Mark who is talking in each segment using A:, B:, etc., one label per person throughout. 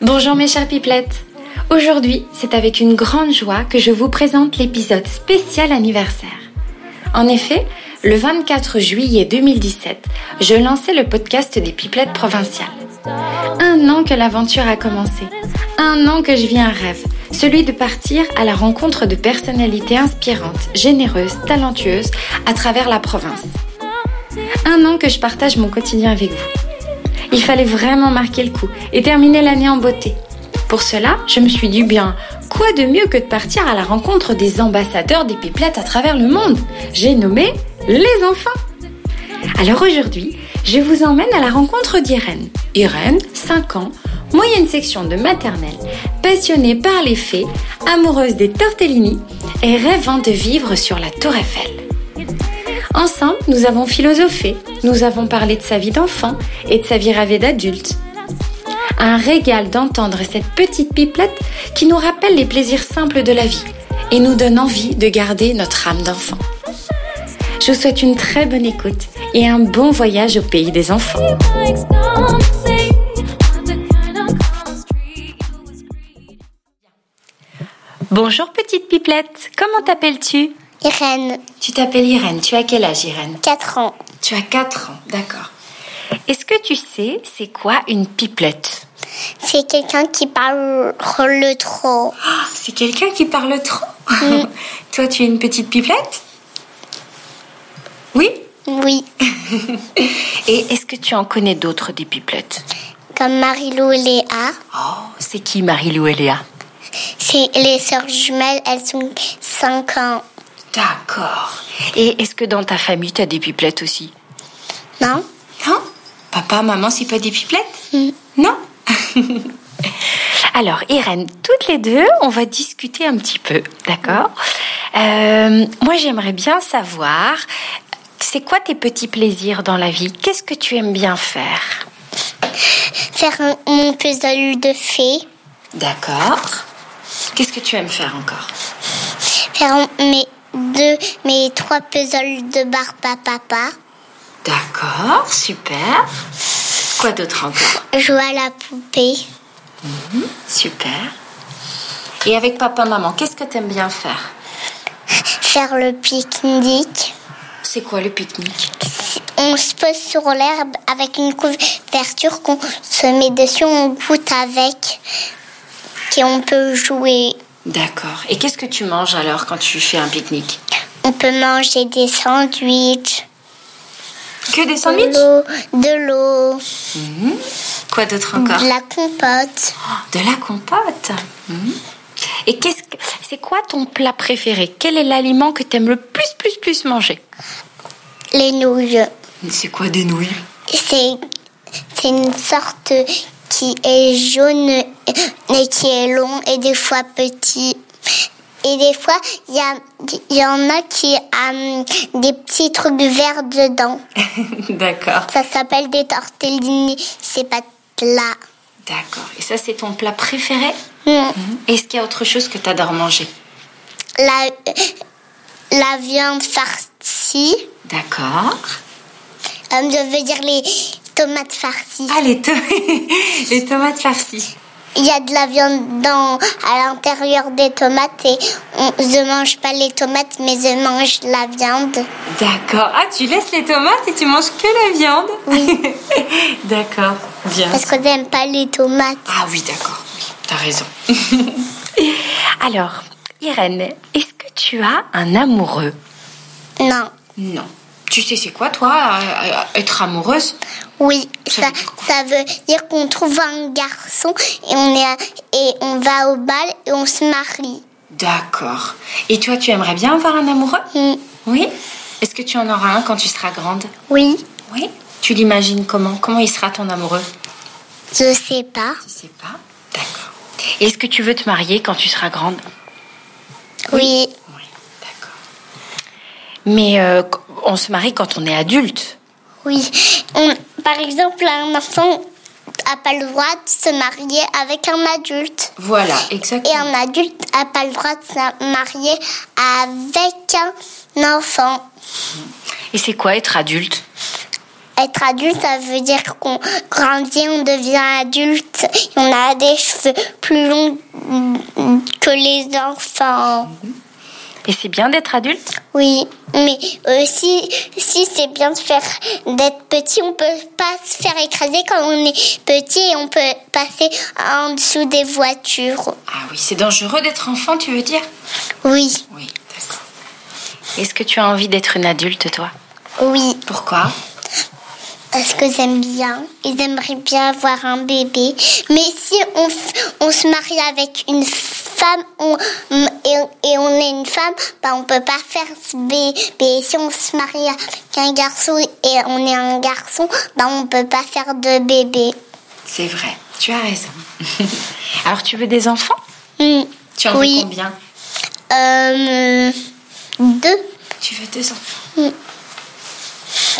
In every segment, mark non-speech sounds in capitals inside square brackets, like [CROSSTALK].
A: Bonjour mes chers pipelettes. Aujourd'hui, c'est avec une grande joie que je vous présente l'épisode spécial anniversaire. En effet, le 24 juillet 2017, je lançais le podcast des pipelettes provinciales. Un an que l'aventure a commencé. Un an que je vis un rêve, celui de partir à la rencontre de personnalités inspirantes, généreuses, talentueuses à travers la province. Un an que je partage mon quotidien avec vous. Il fallait vraiment marquer le coup et terminer l'année en beauté. Pour cela, je me suis dit bien, quoi de mieux que de partir à la rencontre des ambassadeurs des pipelettes à travers le monde J'ai nommé les enfants. Alors aujourd'hui, je vous emmène à la rencontre d'Irène. Irène, 5 ans, moyenne section de maternelle, passionnée par les fées, amoureuse des tortellini et rêvant de vivre sur la Tour Eiffel. Ensemble, nous avons philosophé, nous avons parlé de sa vie d'enfant et de sa vie rêvée d'adulte. Un régal d'entendre cette petite pipelette qui nous rappelle les plaisirs simples de la vie et nous donne envie de garder notre âme d'enfant. Je vous souhaite une très bonne écoute et un bon voyage au pays des enfants. Bonjour petite pipelette, comment t'appelles-tu
B: Irène,
A: Tu t'appelles Irène, tu as quel âge Irène
B: 4 ans.
A: Tu as 4 ans, d'accord. Est-ce que tu sais c'est quoi une pipelette
B: C'est quelqu'un qui parle le trop.
A: Ah, C'est quelqu'un qui parle trop [LAUGHS] Toi tu es une petite pipelette Oui
B: Oui,
A: [LAUGHS] Et est-ce que tu en connais d'autres des pipelettes
B: comme Marie-Lou et Léa.
A: Oh, c'est qui Marie-Lou et Léa
B: C'est les sœurs jumelles, elles ont 5 ans.
A: D'accord. Et est-ce que dans ta famille, tu as des pipelettes aussi
B: Non
A: Hein Papa, maman, c'est pas des pipelettes Non Mm. [LAUGHS] Alors, Irène, toutes les deux, on va discuter un petit peu, d'accord Euh, Moi, j'aimerais bien savoir, c'est quoi tes petits plaisirs dans la vie Qu'est-ce que tu aimes bien faire
B: Faire un- mon puzzle de fées.
A: D'accord. Qu'est-ce que tu aimes faire encore
B: Faire un- mes deux, mes trois puzzles de barbe à papa.
A: D'accord, super. Quoi d'autre encore
B: Jouer à la poupée.
A: Super. Et avec papa, maman, qu'est-ce que t'aimes bien faire
B: Faire le pique-nique.
A: C'est quoi le pique-nique
B: On se pose sur l'herbe avec une couverture qu'on se met dessus, on goûte avec et on peut jouer.
A: D'accord. Et qu'est-ce que tu manges alors quand tu fais un pique-nique
B: On peut manger des sandwichs,
A: Que des
B: de l'eau, de l'eau,
A: Quoi d'autre encore
B: de la compote,
A: De la compote. Mhm. Et qu'est-ce que c'est quoi ton plat préféré Quel est l'aliment que t'aimes le plus plus plus manger
B: les nouilles.
A: C'est quoi des nouilles
B: C'est c'est une sorte qui est jaune et qui est long et des fois petit. Et des fois, il y, a- il y en a qui a des petits trucs verts dedans.
A: [LAUGHS] D'accord.
B: Ça s'appelle des tortellini, c'est pas là.
A: D'accord. Et ça c'est ton plat préféré
B: Non,
A: Est-ce qu'il y a autre chose que t'adores manger
B: La, la viande farcie,
A: D'accord.
B: euh, je veux dire les tomates farcies.
A: Ah les, to- [LAUGHS] les tomates farcies.
B: Il y a de la viande dans, à l'intérieur des tomates et on, je mange pas les tomates, mais je mange la viande.
A: D'accord. Ah tu laisses les tomates et tu manges que la viande [LAUGHS] D'accord. Bien.
B: Parce que j'aime pas les tomates.
A: Ah oui, d'accord. Oui, T'as raison. [LAUGHS] Alors, Irène, est-ce que tu as un amoureux
B: Non.
A: Non. Tu sais c'est quoi, toi, euh, euh, être amoureuse
B: Oui,
A: Ça
B: ça,
A: veut dire quoi
B: ça veut dire qu'on trouve un garçon et on, est à- et on va au bal et on se marie.
A: D'accord. Et toi, tu aimerais bien avoir un amoureux
B: Hmm.
A: Oui. Est-ce que tu en auras un quand tu seras grande
B: Oui,
A: Oui. Tu l'imagines comment Comment il sera ton amoureux
B: je sais pas.
A: Je sais pas. D'accord. Et Est-ce que tu veux te marier quand tu seras grande
B: Oui,
A: Oui, d'accord. Mais euh, on se marie quand on est adulte.
B: oui. On- par exemple, un enfant n'a pas le droit de se marier avec un adulte.
A: Voilà,
B: Et
A: exactement.
B: un adulte n'a pas le droit de se marier avec un enfant.
A: Et c'est quoi être adulte
B: être adulte, ça veut dire qu'on grandit, on devient adulte, on a des cheveux plus longs que les enfants.
A: Et c'est bien d'être adulte
B: Oui, mais aussi, si c'est bien de faire d'être petit, on peut pas se faire écraser quand on est petit et on peut passer en dessous des voitures.
A: Ah oui, c'est dangereux d'être enfant, tu veux dire
B: Oui,
A: Oui, d'accord. Est-ce que tu as envie d'être une adulte, toi
B: oui,
A: Pourquoi
B: parce que j'aime bien. Ils aimeraient bien avoir un bébé, mais si on, f- on se marie avec une femme on- et, et on est une femme, bah on peut pas faire ce bébé. Si on se marie avec un garçon et on est un garçon, bah on peut pas faire de bébé.
A: C'est vrai, tu as raison. [LAUGHS] Alors, tu veux des enfants
B: Hmm.
A: Tu en veux
B: oui.
A: combien
B: Euh, deux.
A: Tu veux deux enfants.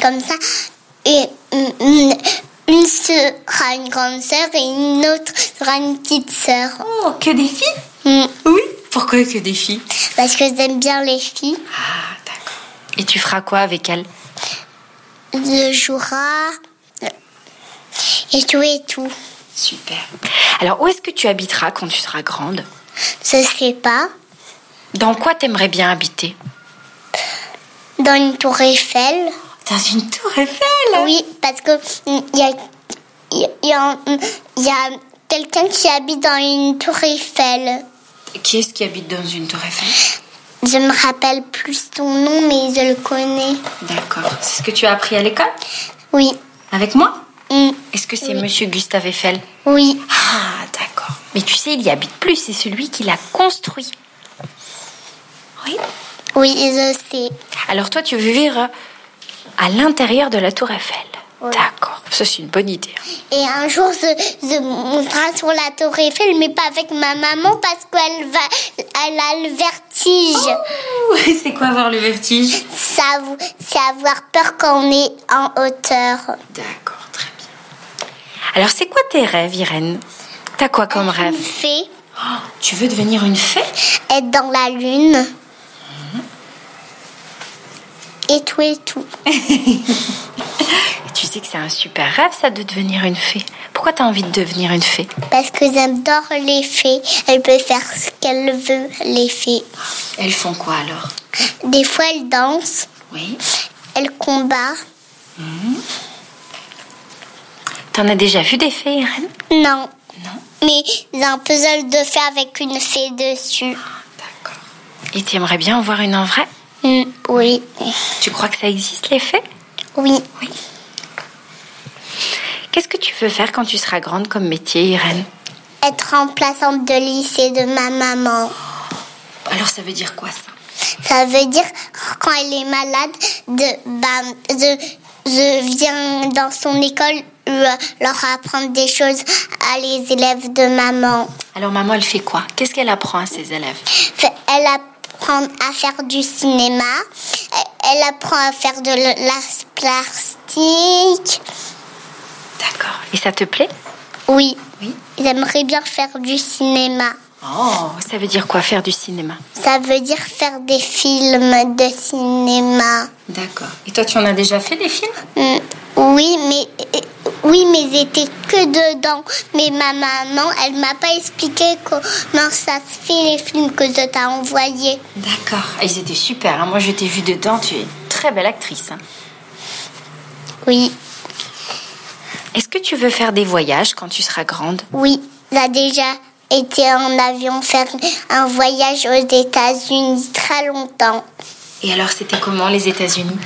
B: Comme ça, et, mm, mm, une sera une grande sœur et une autre sera une petite sœur.
A: Oh, que des filles
B: Mm.
A: Oui. Pourquoi que des filles
B: Parce que j'aime bien les filles.
A: Ah, d'accord. Et tu feras quoi avec elles
B: Le Jura. euh, Et tout et tout.
A: Super. Alors, où est-ce que tu habiteras quand tu seras grande
B: Je sais pas.
A: Dans quoi t'aimerais bien habiter
B: Dans une tour Eiffel.
A: Dans une tour Eiffel
B: Oui, parce que mm, il y a, il y a, mm, il y a quelqu'un qui habite dans une tour Eiffel.
A: Qui est-ce qui habite dans une tour Eiffel
B: Je me rappelle plus son nom, mais je le connais.
A: D'accord. C'est ce que tu as appris à l'école
B: Oui.
A: Avec moi
B: Mm.
A: Est-ce que c'est Monsieur Gustave Eiffel
B: Oui.
A: Ah, d'accord. Mais tu sais, il y habite plus, c'est celui qui l'a construit. Oui.
B: Oui, je sais.
A: Alors toi, tu veux vivre euh, à l'intérieur de la tour Eiffel.
B: Oui.
A: D'accord. Ça, c'est une bonne idée. [LAUGHS] hein.
B: Et un jour, je, je monterai sur la tour Eiffel, mais pas avec ma maman parce qu'elle va, elle a le vertige.
A: c'est quoi avoir le vertige
B: C'est avo- c'est avoir peur quand on est en hauteur.
A: D'accord, très bien. Alors, c'est quoi tes rêves, Irène T'as quoi comme
B: Une
A: rêve
B: fée,
A: Ah, Oh, Tu veux devenir une fée
B: être dans la lune. Et tout et tout.
A: Et Tu sais que c'est un super rêve, ça, de devenir une fée. Pourquoi t'as envie de devenir une fée
B: Parce que j'adore les fées. Elle peut faire ce qu'elle veut, les fées.
A: Elles font quoi alors
B: Des fois, elle danse,
A: Oui.
B: elle combat.
A: T'en as déjà vu des fées, Irène
B: Non.
A: Non.
B: Mais j'ai un puzzle de fées avec une fée dessus.
A: Ah, D'accord. Et tu aimerais bien en voir une en vrai
B: Hmm, oui.
A: Tu crois que ça existe, les fées
B: Oui.
A: Oui. Qu'est-ce que tu veux faire quand tu seras grande comme métier, Irène
B: Être remplaçante de lycée de ma maman.
A: Alors ça veut dire quoi ça
B: Ça veut dire quand elle est malade, de, bah, je, je viens dans son école euh, leur apprendre des choses à les élèves de maman.
A: Alors maman, elle fait quoi Qu'est-ce qu'elle apprend à ses élèves
B: Fait- Elle apprend à faire du cinéma. Elle- Elle apprend à faire de la la plastique.
A: D'accord. Et ça te plaît
B: Oui,
A: Oui.
B: j'aimerais bien faire du cinéma.
A: Oh, ça veut dire quoi faire du cinéma
B: Ça veut dire faire des films de cinéma.
A: D'accord. Et toi, tu en as déjà fait des films
B: Mm, Oui, mais euh, oui, mais j'étais que dedans. Mais ma maman, elle m'a pas expliqué comment ça se fait les films que je t'ai envoyés.
A: D'accord. Ah, Ils étaient super. hein. Moi, je t'ai vu dedans. Tu es une très belle actrice. hein.
B: Oui,
A: Est-ce que tu veux faire des voyages quand tu seras grande
B: oui, j'ai déjà été en avion faire un voyage aux États-Unis très longtemps.
A: Et alors, c'était comment les États-Unis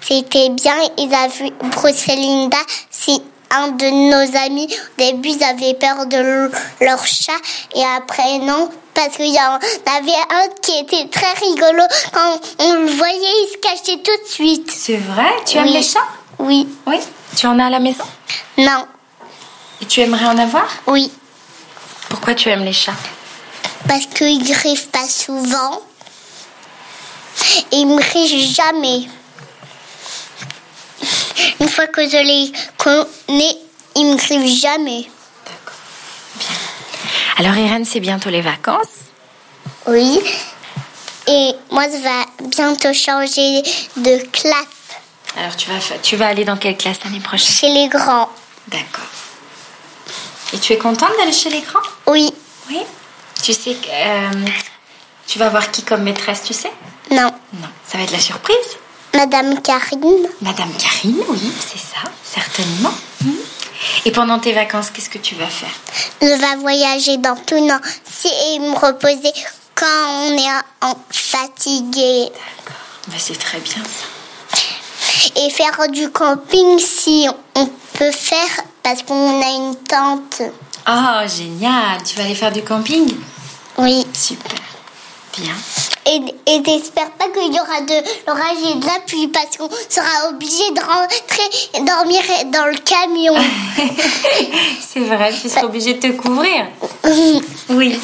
B: C'était bien. Ils avaient vu Bruce et Linda. C'est un de nos amis. Au début, ils avaient peur de l- leur chat. Et après, non. Parce qu'il y en avait un qui était très rigolo. Quand on le voyait, il se cachait tout de suite.
A: C'est vrai Tu
B: Oui.
A: aimes les chats
B: Oui.
A: Oui. Tu en as à la maison
B: Non.
A: Et tu aimerais en avoir
B: Oui.
A: Pourquoi tu aimes les chats
B: Parce qu'ils griffent pas souvent. Et ils me griffent jamais. Une fois que je les connais, ils me griffent jamais.
A: D'accord. Bien. Alors, Irène, c'est bientôt les vacances.
B: Oui. Et moi, je vais bientôt changer de classe.
A: Alors tu vas, fa- tu vas aller dans quelle classe l'année prochaine
B: Chez les grands.
A: D'accord. Et tu es contente d'aller chez les grands
B: Oui.
A: Oui. Tu sais que euh, tu vas voir qui comme maîtresse, tu sais
B: Non.
A: Non, ça va être la surprise.
B: Madame Karine.
A: Madame Karine, oui, c'est ça, certainement. Mhm. Et pendant tes vacances, qu'est-ce que tu vas faire
B: Je vais voyager dans tout le monde si- et me reposer quand on est en- en fatigué
A: Ben, C'est très bien ça.
B: et faire du camping si on peut faire parce qu'on a une tente.
A: Oh, génial Tu vas aller faire du camping
B: Oui.
A: Super. Bien. [LAUGHS]
B: Et, et j'espère pas qu'il y aura de l'orage et de la pluie parce qu'on sera obligé de rentrer et dormir dans le camion.
A: C'est vrai, tu seras obligée de te couvrir. [LAUGHS] Oui.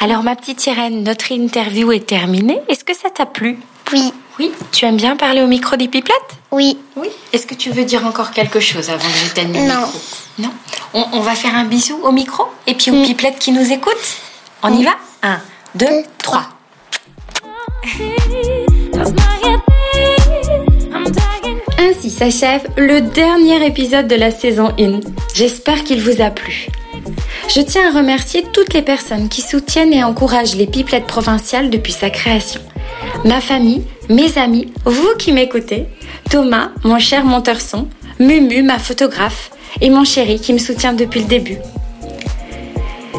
A: Alors ma petite Irène, notre interview est terminée. Est-ce que ça t'a plu
B: oui,
A: Oui. Tu aimes bien parler au micro des pipelettes
B: oui,
A: Oui. Est-ce que tu veux dire encore quelque chose avant que j'éteigne le
B: Non.
A: micro Non. On, on va faire un bisou au micro et puis aux pipelettes qui nous écoutent. On y va Un, deux,
B: Mm. Deux,
A: trois. Ainsi s'achève le dernier épisode de la saison 1. J'espère qu'il vous a plu. Je tiens à remercier toutes les personnes qui soutiennent et encouragent les pipelettes provinciales depuis sa création. Ma famille, mes amis, vous qui m'écoutez, Thomas, mon cher monteur son, Mumu, ma photographe, et mon chéri qui me soutient depuis le début.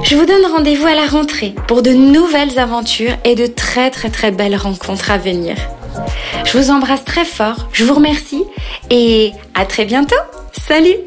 A: Je vous donne rendez-vous à la rentrée pour de nouvelles aventures et de très très très belles rencontres à venir. Je vous embrasse très fort, je vous remercie et à très bientôt. Salut